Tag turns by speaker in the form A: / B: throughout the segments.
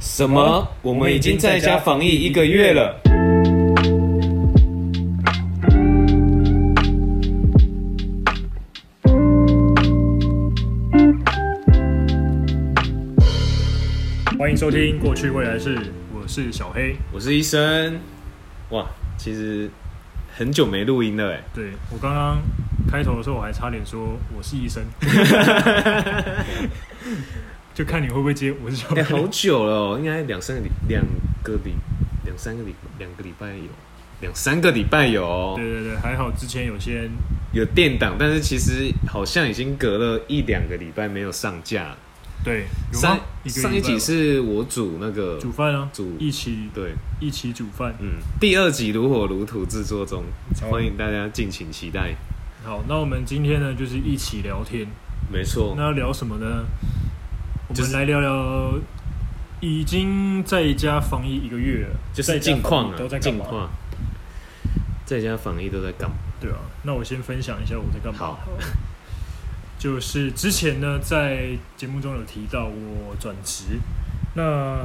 A: 什么？我们已经在家防疫一个月了。
B: 欢迎收听《过去未来式》，我是小黑。
A: 我是医生。哇，其实很久没录音了 哎。
B: 对我刚刚开头的时候，我还差点说我是医生， 就看你会不会接我是小
A: 哎、
B: 黑。
A: 好久了哦，应该两三个礼，两个礼，两三个礼，两个礼拜有，两三个礼拜有哦、
B: 对对对，还好之前有些
A: 有电档，但是其实好像已经隔了一两个礼拜没有上架。
B: 对有
A: 上
B: 吗一个礼拜吧
A: 上一集是我煮那个，
B: 煮饭啊，
A: 煮
B: 一起
A: 对，
B: 一起煮饭。
A: 嗯，第二集如火如荼制作中，
B: 好
A: 欢迎大家敬请期待。
B: 好，那我们今天呢，就是一起聊天。
A: 没错
B: 那，要聊什么呢？我
A: 哦就
B: 们
A: 是
B: 来聊聊已经在家防疫一个月了，
A: 就是
B: 在家
A: 近况
B: 防疫都在
A: 啊，
B: 干
A: 近
B: 嘛？
A: 况，在家防疫都在干嘛？
B: 对啊，那我先分享一下我在干嘛。
A: 好
B: 了 就是之前呢，在节目中有提到我转职，那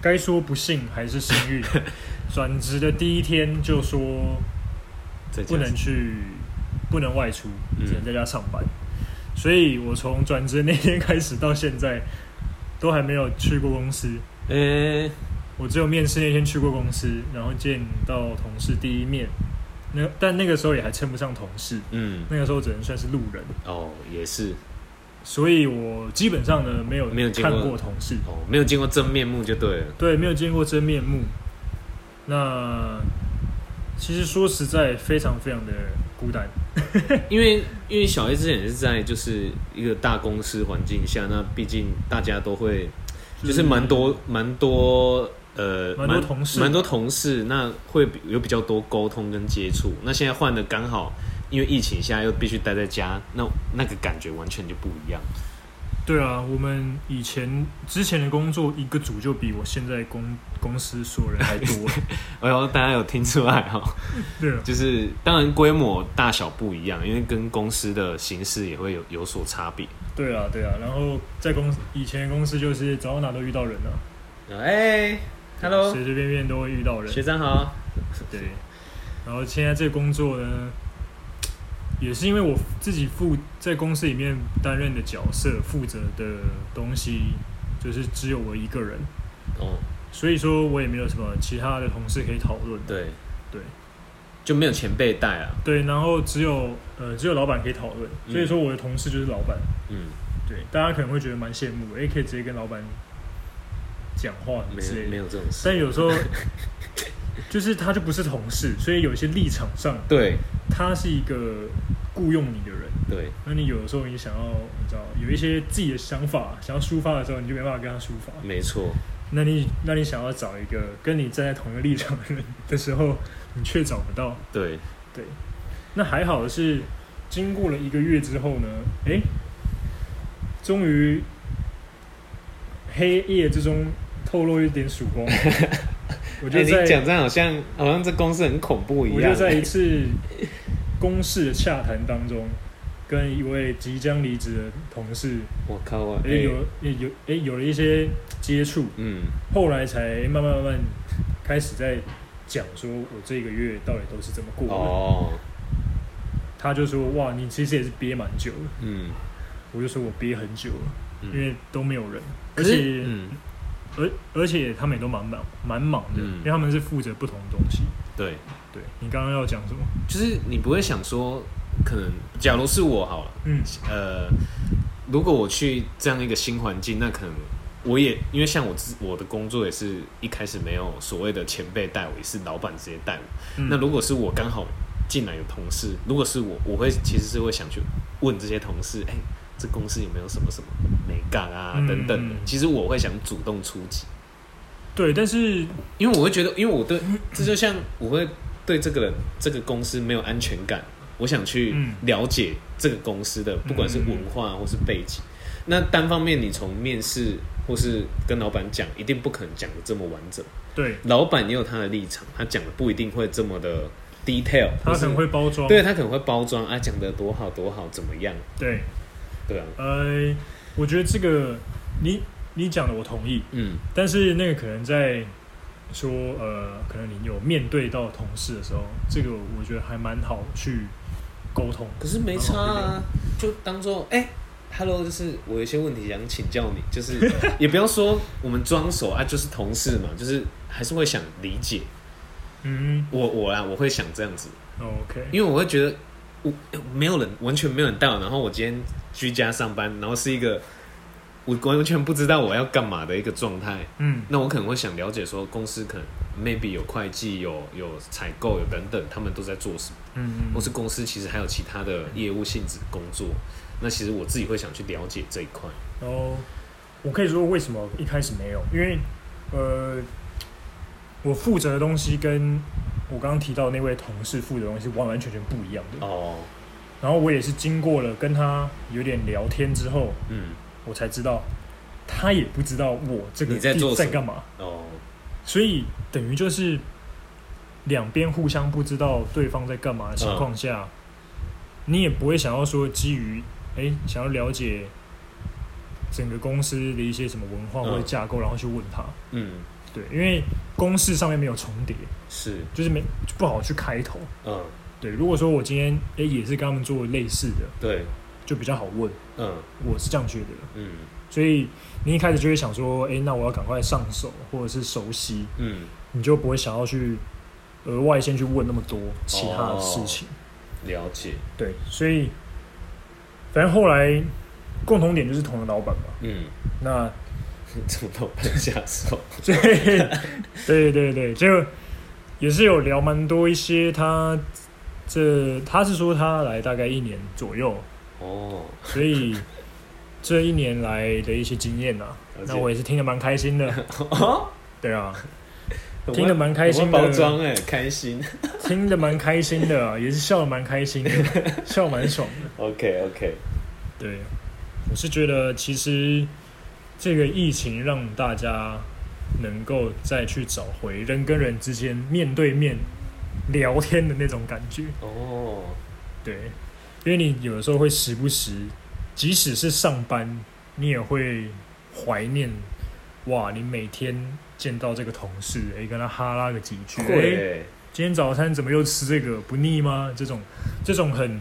B: 该说不幸还是幸 运。转职的第一天就说
A: 在家
B: 不能去，不能外出，
A: 嗯
B: 只能在家上班。所以我从转职那天开始到现在，都还没有去过公司。
A: 诶、
B: 我只有面试那天去过公司，然后见到同事第一面，那但那个时候也还称不上同事，
A: 嗯，
B: 那个时候只能算是路人，
A: 哦，也是，
B: 所以我基本上呢没有
A: 没有见
B: 看
A: 过
B: 过同事，
A: 哦，没有见过真面目就对了。
B: 对，没有见过真面目。那其实说实在，非常非常的孤单，
A: 因为因为小 A 之前也是在就是一个大公司环境下，那毕竟大家都会就是蛮多蛮多呃
B: 蛮多同事
A: 蛮多同事，那会比有比较多沟通跟接触。那现在换的刚好，因为疫情下又必须待在家，那那个感觉完全就不一样。
B: 对啊，我们以前之前的工作一个组就比我现在公公司所有人还 多，
A: 哎呦，大家有听出来哦？
B: 对啊，
A: 就是当然规模大小不一样，因为跟公司的形式也会有有所差别。
B: 对啊，对啊。然后在公司以前的公司就是走到哪都遇到人啊。
A: 哎、h e l l o
B: 随随便便都会遇到人
A: 学。长好。
B: 对，然后现在这个工作呢，也是因为我自己负在公司里面担任的角色，负责的东西就是只有我一个人，
A: 哦，
B: 所以说我也没有什么其他的同事可以讨论。
A: 对
B: 对
A: 就没有前辈带啊。
B: 对，然后只有呃只有老板可以讨论，所以说我的同事就是老板。
A: 嗯，
B: 对，大家可能会觉得蛮羡慕的，诶，可以直接跟老板讲话
A: 没
B: 之类
A: 有
B: 的
A: 没。有这种事。
B: 但有时候 就是他就不是同事，所以有些立场上
A: 对
B: 他是一个雇佣你的人，
A: 对，
B: 那你有的时候你想要你知道有一些自己的想法想要抒发的时候，你就没办法跟他抒发。
A: 没错。
B: 那你那你想要找一个跟你站在同一个立场的人的时候，你却找不到。
A: 对，
B: 对，那还好的是经过了一个月之后呢，诶，终于黑夜之中透露一点曙光。我
A: 我
B: 就在、
A: 哎你讲这样好像好像这公司很恐怖一
B: 我
A: 样。
B: 就在一次公事的洽谈当中，跟一位即将离职的同事，
A: 我靠啊！
B: 哎、
A: 哎
B: 有哎有哎、有了一些接触，
A: 嗯，
B: 后来才慢慢慢慢开始在讲说我这个月到底都是怎么过的。
A: 哦，
B: 他就说哇，你其实也是憋蛮久了。
A: 嗯，
B: 我就说我憋很久了，
A: 嗯
B: 因为都没有人，
A: 可
B: 而
A: 是
B: 且、
A: 嗯，
B: 而而且他们也都蛮忙蛮忙的，
A: 嗯
B: 因为他们是负责不同的东西。
A: 对，
B: 对你刚刚要讲什么？
A: 就是你不会想说，可能假如是我好了，
B: 嗯，
A: 呃，如果我去这样一个新环境，那可能我也因为像我自我的工作也是一开始没有所谓的前辈带我，也是老板直接带我。
B: 嗯
A: 那如果是我刚好进来有同事，如果是我，我会其实是会想去问这些同事，哎、这公司有没有什么什么美感啊、
B: 嗯
A: 等等的
B: 嗯。
A: 其实我会想主动出击，
B: 对，但是
A: 因为我会觉得，因为我对这就像我会对这个人、这个公司没有安全感，我想去
B: 嗯
A: 了解这个公司的，不管是文化或是背景。那单方面你从面试或是跟老板讲，一定不可能讲的这么完整。
B: 对
A: 老板也有他的立场，他讲的不一定会这么的 detail，
B: 他可能
A: 或
B: 会包
A: 是
B: 装。
A: 对他可能会包装啊，讲的多好多好怎么样，
B: 对，
A: 对啊，
B: 呃，我觉得这个你你讲的我同意，
A: 嗯
B: 但是那个可能在说呃，可能你有面对到同事的时候，这个我觉得还蛮好去沟通。
A: 可是没差啊，就当做哎、h e l l o 就是我有一些问题想请教你，就是 也不要说我们装熟啊，就是同事嘛，就是还是会想理解
B: 嗯
A: 我我啦，我会想这样子，
B: ，OK，
A: 因为我会觉得我没有人完全没有人到，然后我今天居家上班，然后是一个我完全不知道我要干嘛的一个状态，
B: 嗯
A: 那我可能会想了解说公司可能 maybe 有会计、有有采购、有等等，他们都在做什么。
B: 嗯
A: 或
B: 嗯
A: 是公司其实还有其他的业务性质工作，那其实我自己会想去了解这一块。
B: 然后我可以说为什么一开始没有，因为呃，我负责的东西跟我刚刚提到那位同事负责的东西完完全全不一样的。
A: 哦，
B: 然后我也是经过了跟他有点聊天之后，
A: 嗯，
B: 我才知道他也不知道我这个
A: 你在
B: 地
A: 做什
B: 在
A: 么
B: 干嘛，
A: 哦，
B: 所以等于就是两边互相不知道对方在干嘛的情况
A: 嗯
B: 下，你也不会想要说基于哎、诶想要了解整个公司的一些什么文化
A: 嗯
B: 或者架构，然后去问他。
A: 嗯，
B: 对，因为公式上面没有重叠，
A: 是，
B: 就是没不好去开头。
A: 嗯，
B: 对，如果说我今天哎、诶也是跟他们做类似的，
A: 对，
B: 就比较好问，
A: 嗯
B: 我是这样觉得的。
A: 嗯
B: 所以你一开始就会想说，哎、那我要赶快上手或者是熟悉，
A: 嗯，
B: 你就不会想要去额外先去问那么多其他的事情。
A: 了解，
B: 对，所以反正后来共同点就是同一个老板嘛。
A: 嗯，
B: 那
A: 怎么都办下手？
B: 所以对对对，就也是有聊蛮多一些他这他是说他来大概一年左右，
A: 哦，
B: 所以这一年来的一些经验啊，
A: 了解
B: 那我也是听得蛮开心的。 对啊，听得蛮开心
A: 我
B: 的
A: 会包装哎、开心。
B: 听得蛮开心的啊、也是笑得蛮开心的， 笑得蛮爽的。
A: OK OK，
B: 对，我是觉得其实这个疫情让大家能够再去找回人跟人之间面对面聊天的那种感觉。
A: 哦，
B: 对，因为你有的时候会时不时，即使是上班，你也会怀念哇，你每天见到这个同事，诶、跟他哈拉个几句，诶
A: 对，
B: 今天早餐怎么又吃这个？不腻吗？这种这种很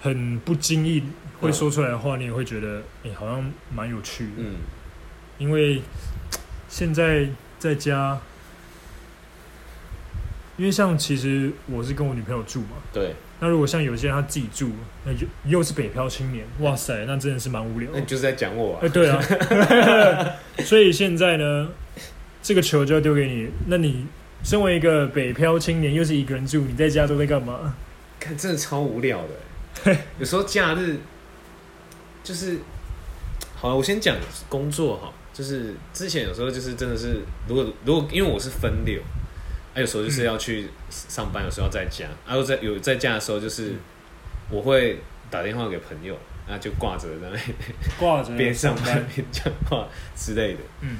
B: 很不经意会说出来的话，你也会觉得，哎、好像蛮有趣的。
A: 嗯，
B: 因为现在在家，因为像其实我是跟我女朋友住嘛，
A: 对，
B: 那如果像有些人他自己住，那就又是北漂青年，哇塞，那真的是蛮无聊
A: 那
B: 的
A: 你。就是在讲我
B: 哎、
A: 啊。
B: 对啊，啊 所以现在呢，这个球就要丢给你。那你身为一个北漂青年，又是一个人住，你在家都在干嘛？
A: 看，真的超无聊的 欸。有时候假日就是，好了，我先讲工作哈，就是之前有时候就是真的是，如果如果因为我是分流，啊，有时候就是
B: 嗯
A: 要去上班，有时候要在家，啊，我在有在家的时候就是
B: 嗯
A: 我会打电话给朋友，啊，就挂着在那边
B: 挂着
A: 边上班边讲话之类的，
B: 嗯，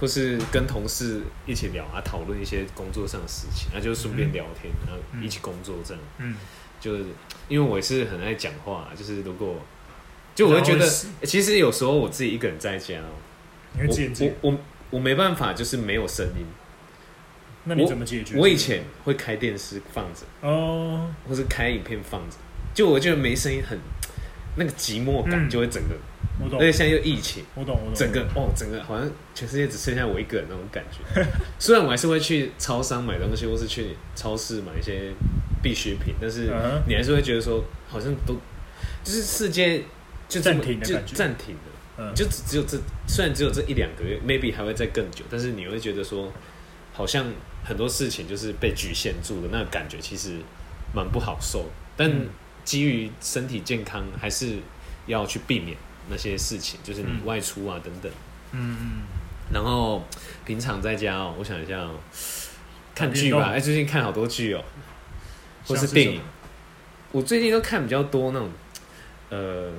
A: 或是跟同事一起聊啊，讨论一些工作上的事情，啊，就顺便
B: 嗯
A: 聊天，然后一起工作这样。
B: 嗯，
A: 就是因为我也是很爱讲话，就是如果就我会觉得
B: 然后是，
A: 其实有时候我自己一个人在家哦，
B: 你会解
A: 我
B: 决？
A: 我我我没办法，就是没有声音。
B: 那你怎么解决？
A: 我以前会开电视放着，
B: 哦，
A: 或是开影片放着，就我觉得没声音很那个寂寞感
B: 嗯哦
A: 就会整个，
B: 我懂
A: 而且，现在又疫情，
B: 我懂，我懂，
A: 整个哦整个好像全世界只剩下我一个人那种感觉。 虽然我还是会去超商买东西，或是去超市买一些必需品，但是。
B: 嗯哼
A: 你还是会觉得说，好像都就是世界就这么
B: 暂停的
A: 就
B: 感觉
A: 暂停了，
B: 嗯，
A: 就只只有这，虽然只有这一两个月，maybe 还会再更久，但是你会觉得说，好像很多事情就是被局限住的那个感觉，其实蛮不好受。但
B: 嗯
A: 基于身体健康，还是要去避免那些事情，就是你
B: 嗯
A: 外出啊等等。
B: 嗯嗯，
A: 然后平常在家哦，我想一下哦，看剧
B: 运
A: 吧，
B: 动
A: 哎，最近看好多剧哦，或
B: 像
A: 是
B: 是
A: 电
B: 什
A: 影
B: 么。
A: 我最近都看比较多那种，呃，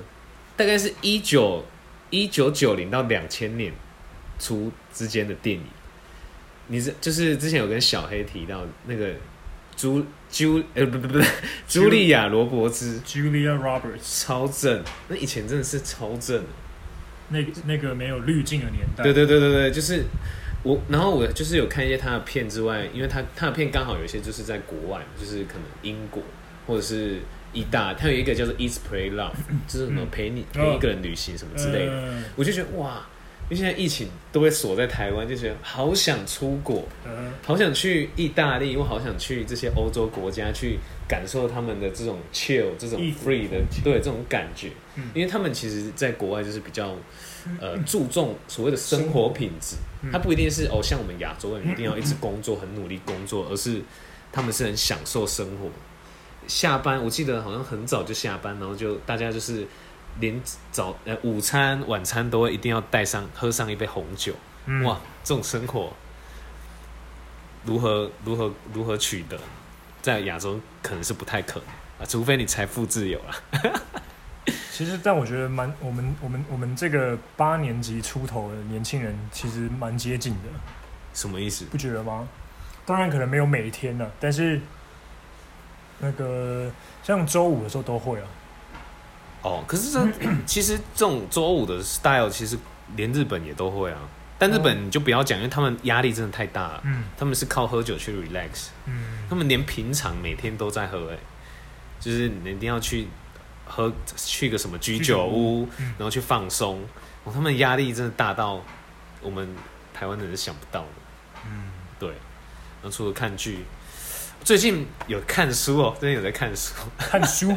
A: 大概是一九一九九零到两千年初之间的电影。你是就是之前有跟小黑提到那个朱朱呃不不不 茱莉亚罗伯兹
B: Julia Roberts，
A: 超正，那以前真的是超正的，
B: 那个那个没有滤镜的年代。
A: 对对对对对，就是我，然后我就是有看一些他的片之外，因为他他的片刚好有一些就是在国外，就是可能英国或者是意大，他有一个叫做《Eat Pray Love》，就是什么陪你、陪一个人旅行什么
B: 呃
A: 之类的，
B: 的。
A: 我就觉得哇，因为现在疫情都被锁在台湾，就觉得好想出国，
B: 嗯
A: 好想去意大利，我好想去这些欧洲国家去感受他们的这种 chill、这种
B: 异国
A: free 的
B: 风情
A: 对这种感觉，
B: 嗯
A: 因为他们其实在国外就是比较呃注重所谓的生活品质，
B: 嗯
A: 它不一定是哦像我们亚洲 人一定要一直工作很努力工作，而是他们是很享受生活。下班我记得好像很早就下班，然后就大家就是连早呃午餐晚餐都会一定要带上喝上一杯红酒，
B: 嗯
A: 哇，这种生活如何如何如何取得，在亚洲可能是不太可能啊，除非你财富自由啊。
B: 其实，但我觉得蛮我们我们我们这个八年级出头的年轻人，其实蛮接近的，
A: 什么意思？
B: 不觉得吗？当然可能没有每天了、但是那个像周五的时候都会啊。
A: 哦，可是这 其实这种周五的 style 其实连日本也都会啊，但日本你就不要讲，因为他们压力真的太大了，
B: 嗯
A: 他们是靠喝酒去 relax，
B: 嗯
A: 他们连平常每天都在喝、欸，就是你一定要去喝去个什么居酒屋，
B: 嗯
A: 然后去放松，哦，他们压力真的大到我们台湾人是想不到的。
B: 嗯，
A: 对，然后除了看剧，最近有看书哦，最近有在看书，
B: 看书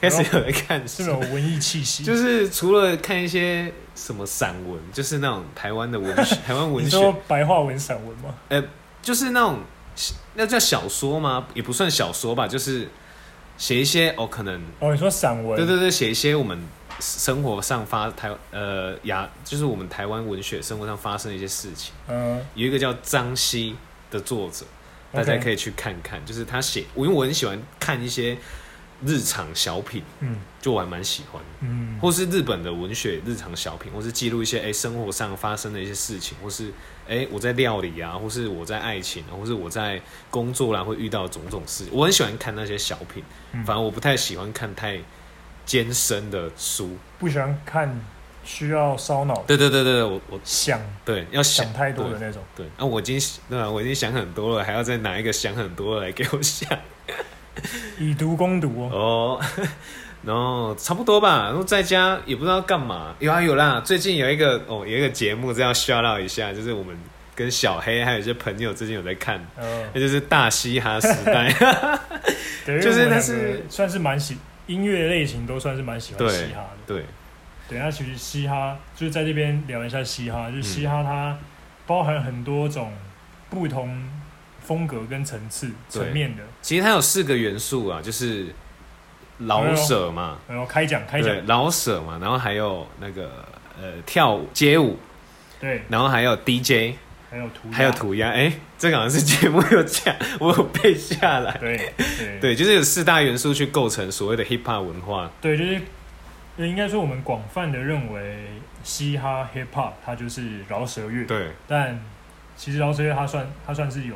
A: 开始有在看书
B: 这，种文艺气 息，
A: 就是是除了看一些什么散文，就是那种台湾的文学，台湾文
B: 你
A: 学
B: 说，白话文散文吗？
A: 就是那种那叫小说吗？也不算小说吧，就是写一些哦，可能
B: 哦，你说散文？
A: 对对对，写一些我们生活上发台呃亚，就是我们台湾文学生活上发生的一些事情。
B: 嗯，
A: 有一个叫张希的作者，大
B: OK
A: 家可以去看看就是他写，我因为我很喜欢看一些日常小品，
B: 嗯
A: 就我还蛮喜欢的。
B: 嗯
A: 或是日本的文学日常小品，或是记录一些哎、诶生活上发生的一些事情，或是哎、诶我在料理啊，或是我在爱情、啊，或是我在工作啊啦、会遇到种种事，我很喜欢看那些小品，
B: 嗯
A: 反而我不太喜欢看太艰深的书。
B: 不喜欢看需要烧脑、
A: 对对对对，对我我
B: 想
A: 对要想
B: 想太多的那种。
A: 对，那、我已经对啊，我已经想很多了，还要再拿一个想很多的来给我想。
B: 以毒攻毒哦，
A: 哦， 然后差不多吧，然后在家也不知道干嘛。有啊有啦，最近有一个哦，有一个节目这样 shout out 一下，就是我们跟小黑还有一些朋友最近有在看，
B: 嗯，
A: 那就是大嘻哈时代。
B: 对，因为
A: 就是
B: 我们
A: 那
B: 两
A: 是
B: 个算是蛮喜音乐类型都算是蛮喜欢
A: 对
B: 嘻哈的。
A: 对，
B: 对，那其实嘻哈就是在这边聊一下嘻哈，就是嘻哈它包含很多种不同风格跟层次
A: 对
B: 层面的。
A: 其实它有四个元素啊，就是老舍嘛，
B: 然后开讲开讲
A: 对，，老舍嘛，然后还有那个呃跳舞街舞，
B: 对，
A: 然后还有 DJ，
B: 还有涂鸦，
A: 还有涂鸦。哎，这个好像是节目有讲，我有背下来。
B: 对对
A: 对，就是有四大元素去构成所谓的 hip hop 文化。
B: 对，就是呃应该说我们广泛的认为嘻哈 hip hop 它就是饶舌乐，
A: 对
B: 但其实饶舌乐它算它算是有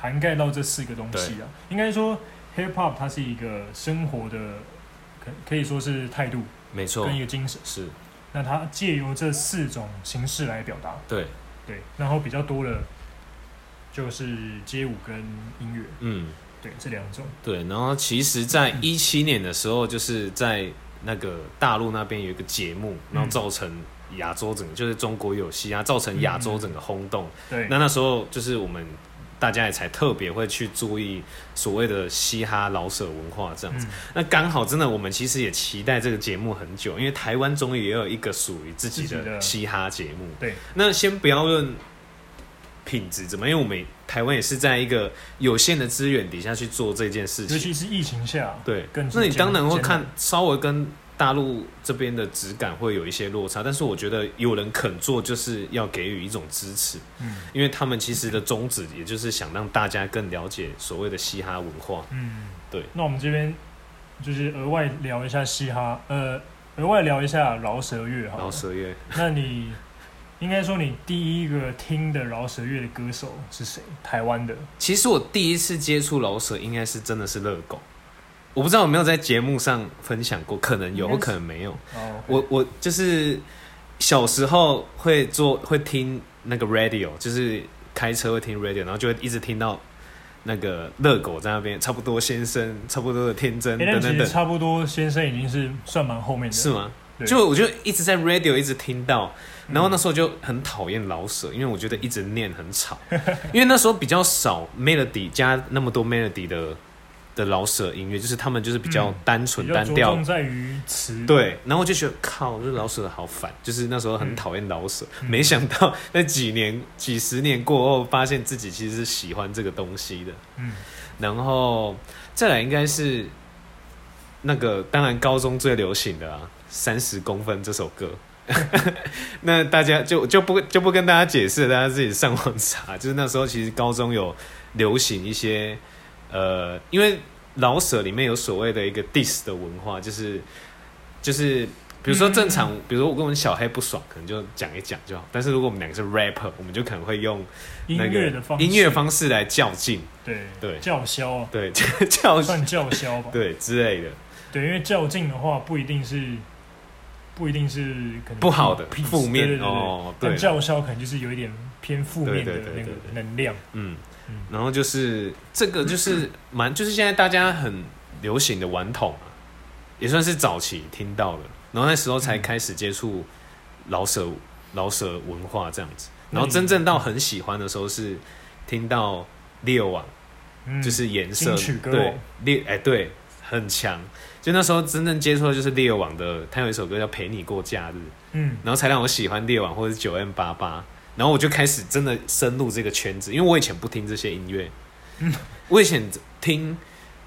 B: 涵盖到这四个东西啊。应该说 hip hop 它是一个生活的，可可以说是态度
A: 没错
B: 跟，一个精神。
A: 是
B: 那它借由这四种形式来表达，
A: 对，
B: 对，然后比较多的就是街舞跟音乐，
A: 嗯，
B: 对这两种，
A: 对。然后其实，在一七年的时候，就是在那个大陆那边有一个节目，然后造成亚洲整个，就是中国有嘻哈，造成亚洲整个轰动。
B: 对，嗯
A: 那那时候就是我们大家也才特别会去注意所谓的嘻哈老舍文化这样子。
B: 嗯
A: 那刚好，真的我们其实也期待这个节目很久，因为台湾终于也有一个属于自己
B: 自己
A: 的
B: 的
A: 嘻哈节目。
B: 对，
A: 那先不要论品质怎么样，因为我们台湾也是在一个有限的资源底下去做这件事
B: 尤
A: 情。
B: 其是疫情下，
A: 对
B: 更，是
A: 那你
B: 艰
A: 当然会
B: 艰
A: 看
B: 难
A: 稍微跟大陆这边的质感会有一些落差，但是我觉得有人肯做，就是要给予一种支持，
B: 嗯
A: 因为他们其实的宗旨也就是想让大家更了解所谓的嘻哈文化。
B: 嗯，
A: 对。
B: 那我们这边就是额外聊一下嘻哈，呃，额外聊一下饶舌乐
A: 然
B: 好
A: 后
B: 了。
A: 蛇月
B: 那你应该说你第一个听的饶舌乐的歌手是谁？台湾的，
A: 其实我第一次接触老舍，应该是真的是热狗。我不知道有没有在节目上分享过，可能有，
B: 应该是
A: 可能没有。
B: 哦，
A: 我我就是小时候会做会听那个 radio，就是开车会听 radio，然后就会一直听到那个热狗在那边，差不多先生，差不多的天真
B: 哎、但
A: 等
B: 其
A: 等
B: 实
A: 等，
B: 差不多，先生已经是算蛮后面的，
A: 是吗？
B: 对
A: 就我就一直在 radio 一直听到，然后那时候就很讨厌老舍，因为我觉得一直念很吵， 因为那时候比较少 melody 加那么多 melody 的的老舍音乐，就是他们就是比较
B: 嗯
A: 单纯
B: 比较
A: 单
B: 着
A: 调
B: 重在于词，，
A: 对，然后我就觉得靠，这老舍好烦，就是那时候很讨厌老舍，没想到那几年、几十年过后，发现自己其实是喜欢这个东西的。
B: 嗯，
A: 然后再来应该是那个，当然高中最流行的啊，《三十公分》这首歌。 那大家就就不就不跟大家解释，大家自己上网查。就是那时候其实高中有流行一些，呃，因为老舍里面有所谓的一个 diss 的文化，就是就是比如说正常，
B: 嗯
A: 比如说我跟我们小黑不爽，可能就讲一讲就好。但是如果我们两个是 rapper，我们就可能会用
B: 音
A: 那个
B: 乐的方式，
A: 音乐方式来较劲，
B: 对
A: 对
B: 叫嚣啊，
A: 对， 较
B: 算叫嚣吧，
A: 对之类的，
B: 对，因为较劲的话不一定是不一定是可能
A: 不好的
B: peace，
A: 负面
B: 对对对对
A: 哦对
B: 但叫嚣可能就是有一点偏负面的
A: 对对对
B: 那个
A: 对对
B: 能量，
A: 嗯
B: 嗯，
A: 然后就是这个 就是蛮就是现在大家很流行的顽童啊，也算是早期听到的，然后那时候才开始接触老舍老舍文化这样子，然后真正到很喜欢的时候是听到六啊，
B: 嗯，
A: 就是颜色
B: 金曲歌
A: 对
B: 王
A: 猎哎、对很强，就那时候真正接触的就是猎网的，他有一首歌叫《陪你过假日》，
B: 嗯
A: 然后才让我喜欢猎网或者九 M 八八，然后我就开始真的深入这个圈子，因为我以前不听这些音 乐，我以前听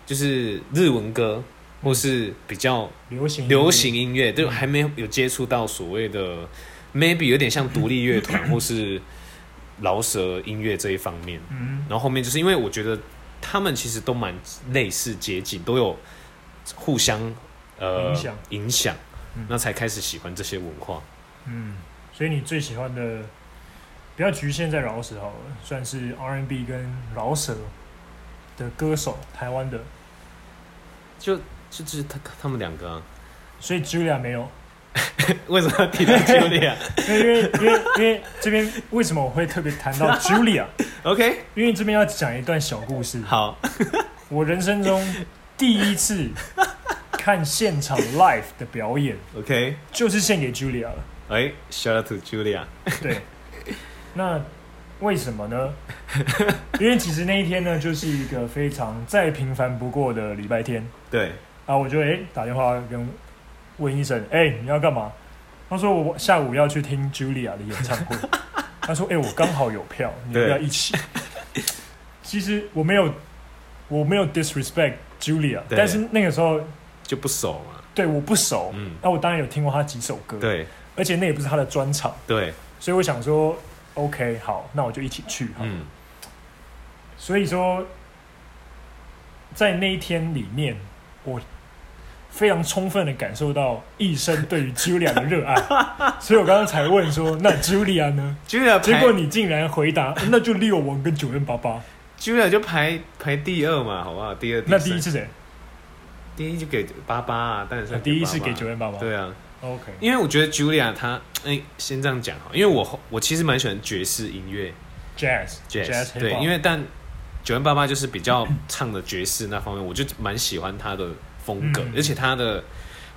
A: 就是日文歌
B: 嗯
A: 或是比较
B: 流行
A: 流行音
B: 嗯
A: 乐，就还没有接触到所谓的 maybe 有点像独立乐 团或是饶舌音乐这一方面。
B: 嗯
A: 然后后面就是因为我觉得他们其实都蛮类似接近，都有互相呃
B: 影响
A: 影响
B: 嗯
A: 那才开始喜欢这些文化。
B: 嗯，所以你最喜欢的不要局限在饶舌好了，算是 R&B 跟饶舌的歌手，台湾的，
A: 就就就是他他们两个、啊，
B: 所以 Julia 没有。
A: 为什么要提到 Julia？OK，、
B: 因为因为因为这边为什么我会特别谈到 Julia？因为这边要讲一段小故事。
A: 好，
B: 我人生中第一次看现场 live 的表演，
A: OK，
B: 就是献给 Julia 了。
A: 哎、s h o u t out to Julia，
B: 对，那为什么呢？因为其实那一天呢，就是一个非常再平凡不过的礼拜天
A: 对，
B: 啊，我就诶、打电话跟问医生，诶、你要干嘛？他说我下午要去听 Julia 的演唱 会。他说，诶、我刚好有票，你要不要
A: 对
B: 一起？其实我没有，我没有 disrespect Julia，
A: 对
B: 但是那个时候
A: 就不熟嘛，
B: 对我不熟，
A: 嗯，
B: 那、我当然有听过他几首歌，，
A: 对
B: 而且那也不是他的专场，
A: 对，
B: 所以我想说，OK，好，那我就一起去好了
A: 嗯
B: 所以说，在那一天里面，我非常充分的感受到一生对于 Julia 的热爱，所以我刚刚才问说，那 Julia 呢？
A: ，Julia
B: 结
A: 排
B: 果你竟然回答，那就六王跟九零八 八，
A: Julia 就排排第二嘛，好不好？第二，
B: 那第一
A: 三
B: 是谁？
A: 第一就给八八啊，当然是
B: 啊第一是给
A: 88
B: 九零八八，
A: 对啊，
B: ，OK，
A: 因为我觉得 Julia 她，哎、先这样讲哈，因为我我其实蛮喜欢爵士音乐
B: Jazz Jazz
A: 对，
B: hip-hop
A: 因为但九零八八就是比较唱的爵士那方面，我就蛮喜欢她的风格，
B: 嗯
A: 而且她的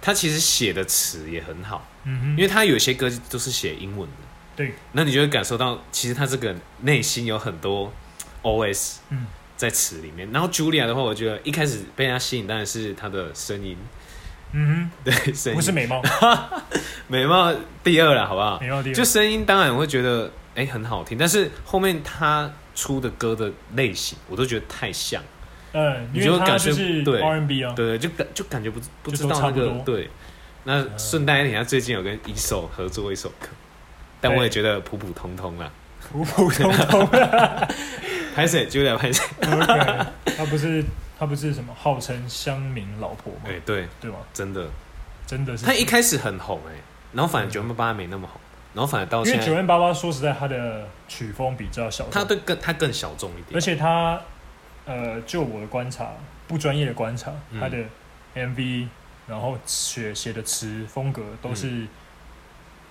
A: 她其实写的词也很好，
B: 嗯哼，
A: 因为她有些歌都是写英文的，
B: 对，
A: 那你就会感受到其实她这个内心有很多 OS，
B: 嗯
A: 在词里面。然后 Julia 的话，我觉得一开始被她吸引当然是她的声音，
B: 嗯
A: 对，声
B: 哼，
A: 音
B: 不是 美貌，
A: 美貌第二了，好不好？
B: 美貌第二，
A: 就声音当然我会觉得哎、诶很好听，但是后面他出的歌的类型我都觉得太像，
B: 嗯，
A: 你
B: 因为
A: 就
B: 他
A: 感
B: 就
A: 觉
B: 是
A: 对
B: R&B 啊，
A: 对，就感就感觉不不
B: 就
A: 知
B: 都
A: 道那
B: 差
A: 个
B: 不多嗯
A: 对。那顺带一提，他最近有跟一首合作一首歌，但我也觉得普普通通啦。
B: 普普通 通。
A: 拍谁？Julia 拍谁？
B: OK，他不是他不是什么号称乡民老婆吗
A: 哎、？对，
B: 对吗？
A: 真的，
B: 真的是
A: 他一开始很红哎、然后反而九万八没那么红，然后反而到
B: 因
A: 现
B: 为九
A: 在，
B: 零八八说实在，他的曲风比较小众，
A: 他对更他更小众一
B: 而
A: 点。
B: 且他呃，就我的观察，不专业的观察，
A: 嗯
B: 他的 MV，然后写写的词风格都是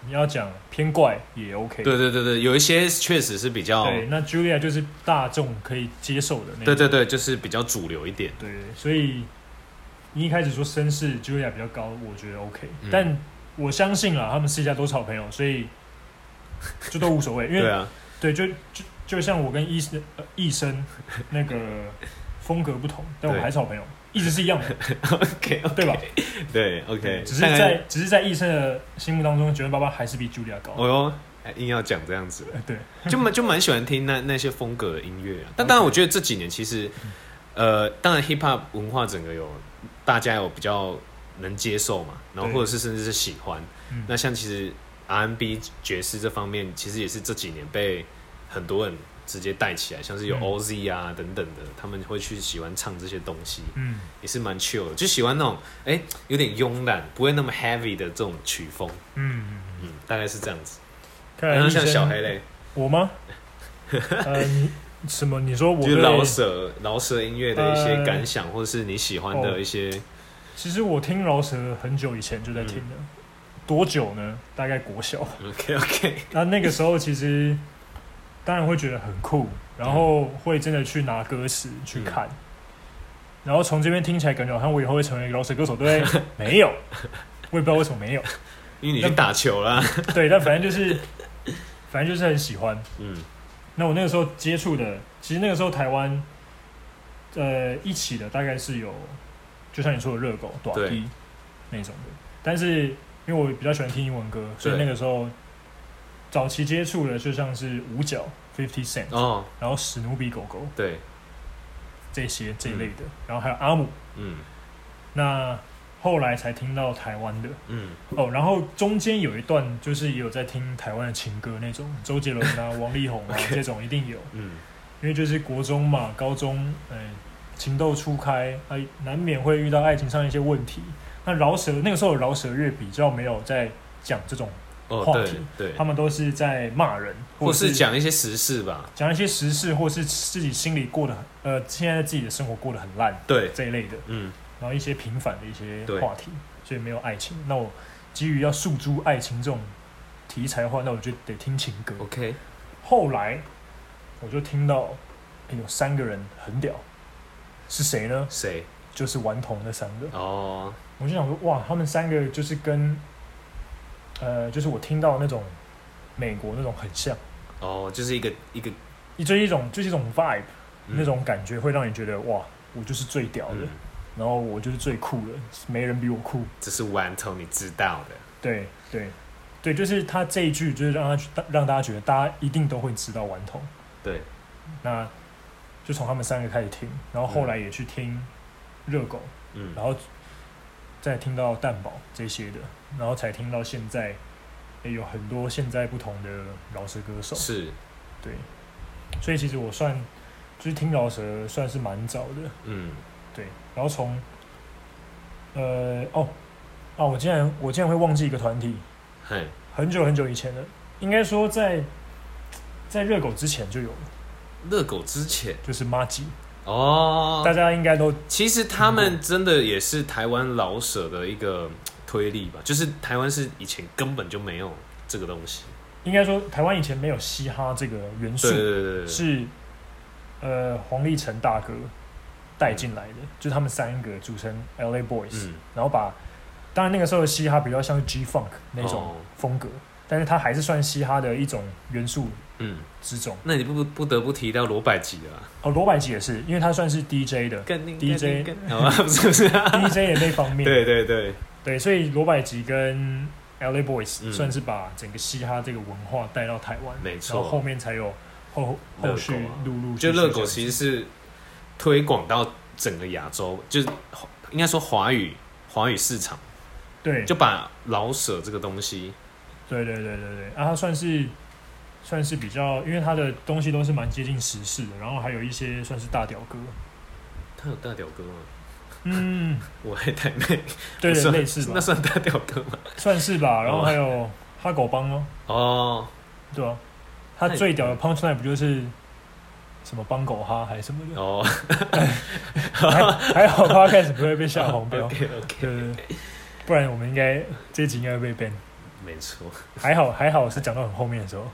B: 你要讲偏怪也 OK。
A: 嗯对对对对，有一些确实是比较，
B: 对，那 Julia 就是大众可以接受的那
A: 对
B: 种
A: 对对，就是比较主流一点。
B: 对，所以你一开始说绅士 Julia 比较高，我觉得 OK，、
A: 嗯
B: 但我相信啦，他们私下都是好朋友，所以就都无所谓，因为
A: 对啊，
B: 对，就就就像我跟医生呃医 生那个风格不同，但
A: 对
B: 我们还是好朋友，一直是一样 的，
A: OK，
B: 对吧？
A: 对 OK，
B: 只是
A: 大概
B: 在只是在医生的心目当中，九零八八还是比 Julia 高。
A: 哦哟，还硬要讲这样子，
B: 呃对，
A: 就蛮就蛮喜欢听那那些风格的音乐啊。但当然，我觉得这几年其实，呃，当然 hip hop 文化整个有大家有比较能接受嘛，然后
B: 对
A: 或者是甚至是喜欢
B: 嗯。
A: 那像其实 R&B 爵士这方面，其实也是这几年被很多人直接带起来，像是有
B: 嗯
A: OZ 啊等等的，他们会去喜欢唱这些东西，
B: 嗯，
A: 也是蛮 chill 的，就喜欢那种哎、有点慵懒，不会那么 heavy 的这种曲风。
B: 嗯，
A: 嗯，大概是这样子。
B: 看来
A: 然后
B: 哎医
A: 像
B: 生
A: 小黑嘞。
B: 我吗？呃，你什么？你说我
A: 就是
B: 对
A: 老舍老舍音乐的一些感想，或者是你喜欢的一些，
B: 其实我听饶舌很久以前就在听了，
A: 嗯
B: 多久呢？大概国小。
A: OK OK，
B: 那那个时候其实当然会觉得很酷，然后会真的去拿歌词去看，然后从这边听起来感觉好像我以后会成为一个饶舌歌手，对不对？没有，我也不知道为什么没有。
A: 因为你去打球啦，
B: 对，但反正就是，反正就是很喜欢。
A: 嗯
B: 那我那个时候接触的，其实那个时候台湾，呃，一起的大概是有，就像你说的热狗、短
A: 对
B: 笛那种的。但是因为我比较喜欢听英文歌，所以
A: 对
B: 那个时候早期接触的就像是五角、Fifty Cent，、
A: 哦
B: 然后史努比狗狗
A: 对，
B: 这些这一类的，然后还有阿姆。
A: 嗯
B: 那后来才听到台湾的
A: 嗯
B: 哦，然后中间有一段就是也有在听台湾的情歌那种，周杰伦 啊、王力宏啊
A: OK
B: 这种一定有。
A: 嗯，
B: 因为就是国中嘛，高中，呃，情窦初开，啊，难免会遇到爱情上一些问题。那饶舌那个时候的饶舌乐比较没有在讲这种，
A: 哦
B: 话
A: 对
B: 题
A: 对
B: 他，们都是在骂人，
A: 或
B: 是
A: 是讲一些时事吧，
B: 讲一些时事，或是自己心里过得很，呃，现在自己的生活过得很烂
A: 对，
B: 这一类的，
A: 嗯
B: 然后一些平凡的一些
A: 对
B: 话题，所以没有爱情。那我基于要诉诸爱情这种题材的话，那我就得听情歌。
A: OK，
B: 后来我就听到、诶有三个人很屌，是谁呢？
A: 谁
B: 就是顽童那三个。
A: 哦
B: 我就想说，哇，他们三个就是跟，呃，就是我听到那种美国那种很像，
A: 哦，就是一个一个
B: 就是一种就是一种 vibe、
A: 嗯
B: 那种感觉，会让你觉得哇，我就是最屌的，
A: 嗯，
B: 然后我就是最酷的，没人比我酷。
A: 这是顽童你知道的，
B: 对对对，就是他这一句，就是让他让大家觉得大家一定都会知道顽童。
A: 对，
B: 那就从他们三个开始听，然后后来也去听热狗，
A: 嗯
B: 然后再听到蛋堡这些的，然后才听到现在也有很多现在不同的饶舌歌手，
A: 是，
B: 对，所以其实我算就是听饶舌算是蛮早的，
A: 嗯
B: 对，然后从呃哦啊，我竟然我竟然会忘记一个团体，
A: 嘿，
B: 很久很久以前的，应该说在在热狗之前就有了，
A: 热狗之前
B: 就是马吉，
A: 哦
B: 大，家应该都
A: 其实他们真的也是台湾老舍的一个嗯推力吧，就是台湾是以前根本就没有这个东西。
B: 应该说台湾以前没有嘻哈这个元素
A: 对，对对对对，
B: 是呃黄立成大哥带进来的，就是他们三个组成 LA Boys，、
A: 嗯，
B: 然后把当然那个时候的嘻哈比较像是 G Funk 那
A: 哦
B: 种风格，但是它还是算嘻哈的一种元素
A: 嗯，
B: 之中。
A: 那你不不得不提到罗百吉了、啊，
B: 哦，罗百吉也是，因为他算是 DJ 的
A: 跟你
B: DJ
A: 好吧，不是不 是、啊，
B: DJ 的那 方面，
A: 对对对，
B: 对所以罗百吉跟 LA Boys
A: 嗯
B: 算是把整个嘻哈这个文化带到台湾，
A: 没
B: 然后后
A: 错，
B: 面才有后
A: 热狗
B: 后续
A: 啊
B: 陆陆续
A: 就
B: 续
A: 热
B: 这
A: 狗
B: 样
A: 其实是推广到整个亚洲，就是应该说华语华语市场，
B: 对
A: 就把老舍这个东西，
B: 对对对对对，啊，它算是算是比较，因为它的东西都是蛮接近时事的，然后还有一些算是大屌哥，
A: 他有大屌哥吗？
B: 嗯，
A: 我还太妹，那
B: 对对，
A: 算
B: 类似
A: 啊 那
B: 吧，
A: 算大屌哥吗？
B: 算是吧。然后还有哈狗帮哦，
A: 哦，
B: 对啊，他最屌的 punchline 不就是什么帮狗哈还是什么 的，
A: 哦
B: 还还好 p 开始不会被下红标，
A: ，OK OK，
B: 对对对，不然我们应该这一集应该会被 ban。
A: 没错。
B: 还好还好是讲到很后面的时候，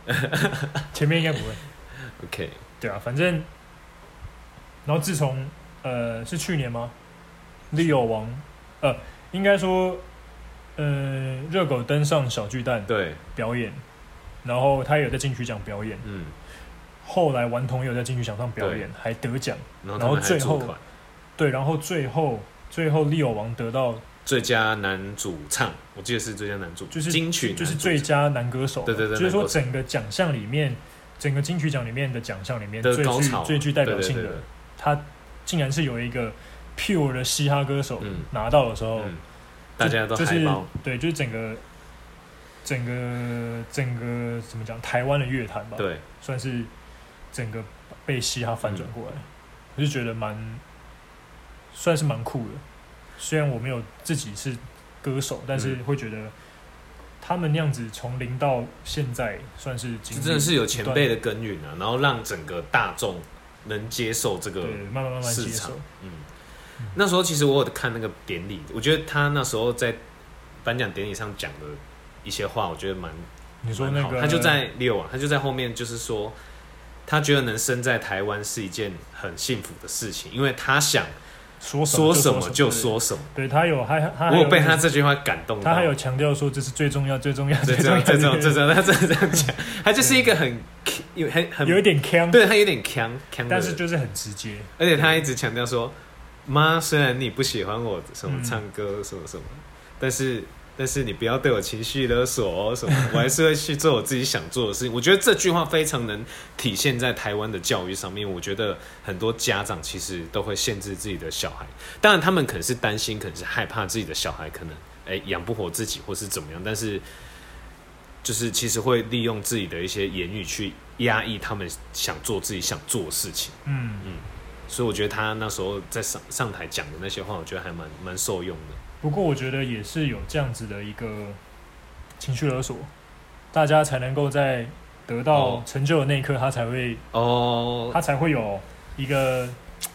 B: 前面应该不会。
A: OK，
B: 对啊，反正，然后自从呃是去年吗？六王，呃，应该说，呃，热狗登上小巨蛋
A: 对，
B: 表演，然后他也有在金曲奖表演，
A: 嗯，
B: 后来顽童也有在金曲奖上表演，还得奖，
A: 然后
B: 然
A: 他
B: 后
A: 们还
B: 最
A: 组
B: 后
A: 团
B: 对，然后最后最后利友王得到
A: 最佳男主唱，我记得是最佳男主，
B: 就是
A: 金曲男主
B: 就
A: 唱，
B: 是最佳男歌手嘛，啊
A: 对对对
B: 就是
A: 男
B: 说
A: 歌手
B: 整个奖项里面，整个金曲奖里面的奖项里面
A: 的
B: 最
A: 高
B: 具
A: 潮
B: 最具代表性
A: 对
B: 的，
A: 对对对
B: 他竟然是有一个 pure 的嘻哈歌手
A: 嗯
B: 拿到的时候，
A: 嗯，
B: 就
A: 大家都
B: 哦就是
A: 海报，
B: 对，就是整个整个整个怎么讲，台湾的乐坛吧，
A: 对，
B: 算是整个被嘻哈反
A: 嗯
B: 转过来，我就觉得蛮算是蛮酷的。虽然我没有自己是歌手，但
A: 嗯
B: 是会觉得他们那样子从零到现在，算是
A: 这
B: 经历
A: 真的是有前辈
B: 一
A: 的耕耘啊，然后让整个大众能接受这个
B: 段对，慢慢慢慢接
A: 市
B: 受
A: 场。。嗯，那时候其实我有看那个典礼，我觉得他那时候在颁奖典礼上讲的一些话，我觉得蛮
B: 你说
A: 蛮
B: 那
A: 好
B: 个
A: 他就在六啊，他就在后面就是说，他觉得能生在台湾是一件很幸福的事情，因为他想
B: 说
A: 说
B: 什
A: 什
B: 么
A: 么
B: 就
A: 就
B: 说什
A: 说什
B: 么，
A: 么。
B: 对对他有他他
A: 我有被
B: 还
A: 他
B: 有
A: 这句话感动到，
B: 他还有强调说这是最重要最重要
A: 这
B: 最重
A: 这
B: 要
A: 样这种这
B: 的，
A: 种他真的这样讲，他就是一个很有很很
B: 有一点腔，
A: 对他有点强强的
B: 但是
A: 人，
B: 就是很直接，
A: 而且他一直强调说，妈，虽然你不喜欢我什么唱歌什么什么，但是但是你不要对我情绪勒索哦什么，我还是会去做我自己想做的事情。我觉得这句话非常能体现在台湾的教育上面。我觉得很多家长其实都会限制自己的小孩，当然他们可能是担心，可能是害怕自己的小孩可能哎养不活自己或是怎么样，但是。就是其实会利用自己的一些言语去压抑他们想做自己想做的事情。
B: 嗯。
A: 所以我觉得他那时候在上上台讲的那些话，我觉得还蛮蛮受用的。
B: 不过我觉得也是有这样子的一个情绪勒索，大家才能够在得到
A: 哦
B: 成就的那一刻，他才会
A: 哦，
B: 他才会有一个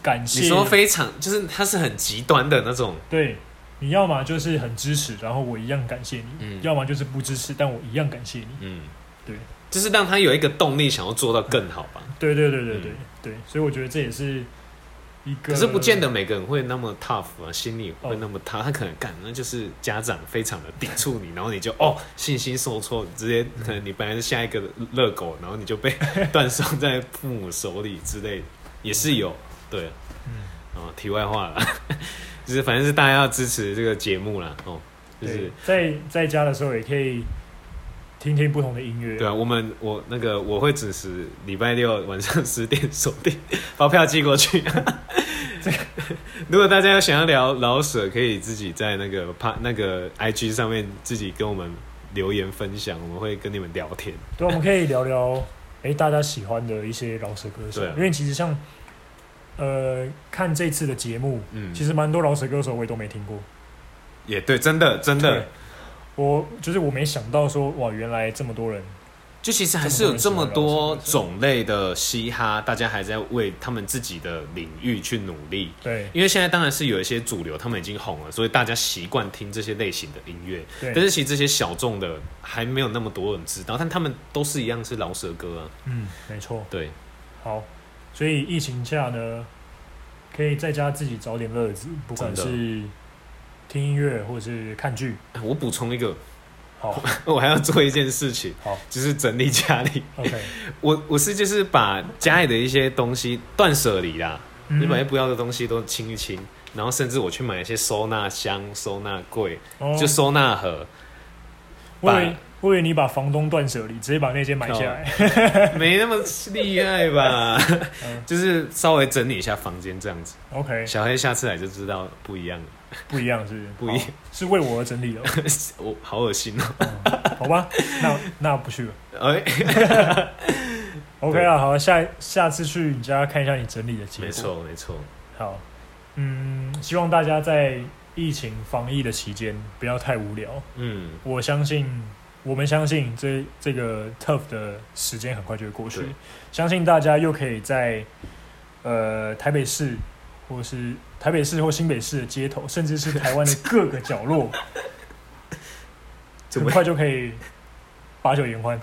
B: 感谢。
A: 你说非常就是他是很极端的那种，
B: 对，你要么就是很支持，然后我一样感谢你；
A: 嗯
B: 要么就是不支持，但我一样感谢你。
A: 嗯，
B: 对，
A: 就是让他有一个动力想要做到更好吧。
B: 对对对对
A: 嗯
B: 对、对，所以我觉得这也是一个，
A: 可是不见得每个人会那么 tough 啊，心里会
B: 哦
A: 那么 tough，他可能干那就是家长非常的抵触你，然后你就哦信心受挫，直接
B: 嗯
A: 可能你本来是下一个热狗，然后你就被断送在父母手里之类的，也是有对。
B: 嗯
A: 哦，题外话了， 就是反正是大家要支持这个节目啦，哦，就是
B: 对在在家的时候也可以听听不同的音乐。
A: 对啊，我们我那个我会准时礼拜六晚上十点锁定，发票寄过去。 如果大家有想要聊老舍，可以自己在那个帕那个 IG 上面自己跟我们留言分享，我们会跟你们聊天。
B: 对，我们可以聊聊，诶，大家喜欢的一些饶舌歌手，
A: 对啊
B: 因为其实像，呃，看这次的节目，
A: 嗯，
B: 其实蛮多饶舌歌手我也都没听过。
A: 也对，真的真
B: 对
A: 的，
B: 我就是我没想到说，哇，原来这么多人，
A: 就其实还是有这么多种类的嘻哈，大家还在为他们自己的领域去努力。
B: 对
A: 因为现在当然是有一些主流，他们已经红了，所以大家习惯听这些类型的音乐。但
B: 对，
A: 是其实这些小众的还没有那么多人知道，但他们都是一样是饶舌歌啊。
B: 嗯，没错，
A: 对，
B: 好，所以疫情下呢，可以在家自己找点乐子，不管
A: 真的
B: 是听音乐或者是看剧，
A: 啊我补充一个，
B: 好
A: 我还要做一件事情，
B: 好
A: 就是整理家里。
B: ，OK，
A: 我我是就是把家里的一些东西断舍离啦，
B: 嗯
A: 就把一些不要的东西都清一清，然后甚至我去买一些收纳箱、收纳柜、
B: 哦
A: 就收纳 盒，
B: 我以为我以为你把房东断舍离，直接把那间买下来，
A: 没那么厉害吧？
B: 嗯
A: 就是稍微整理一下房间这样子。
B: OK，
A: 小黑下次来就知道不一样了，
B: 不一样是不是？
A: 不一样
B: 好，是为我而整 理的，
A: 我好恶心哦、
B: 好吧？那那不去了。
A: 哎、
B: OK 啊，好，下下次去你家看一下你整理的结果。
A: 没。错没错，
B: 好，嗯，希望大家在疫情防疫的期间不要太无聊。
A: 嗯，
B: 我相信，我们相信这这个 tough 的时间很快就会过去
A: 对，
B: 相信大家又可以在呃台北市或是 台北市或新北市的街头，甚至是台湾的各个角落，
A: 怎
B: 很
A: 么
B: 快就可以把酒言欢，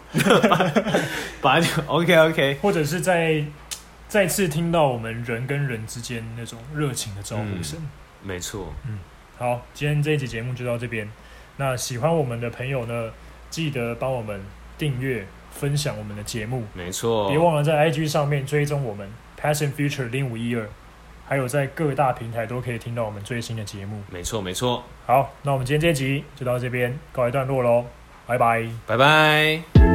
A: 把酒 OK OK，
B: 或者是在再次听到我们人跟人之间那种热情的招呼
A: 嗯
B: 声。
A: 没错，
B: 好，今天这一集节目就到这边。那喜欢我们的朋友呢，记得帮我们订阅、分享我们的节目，
A: 没错，
B: 别忘了在 IG 上面追踪我们 Passion Future 零五一二，还有在各大平台都可以听到我们最新的节目。
A: 没错没错，
B: 好，那我们今天这一集就到这边告一段落喽，拜拜。
A: 拜拜。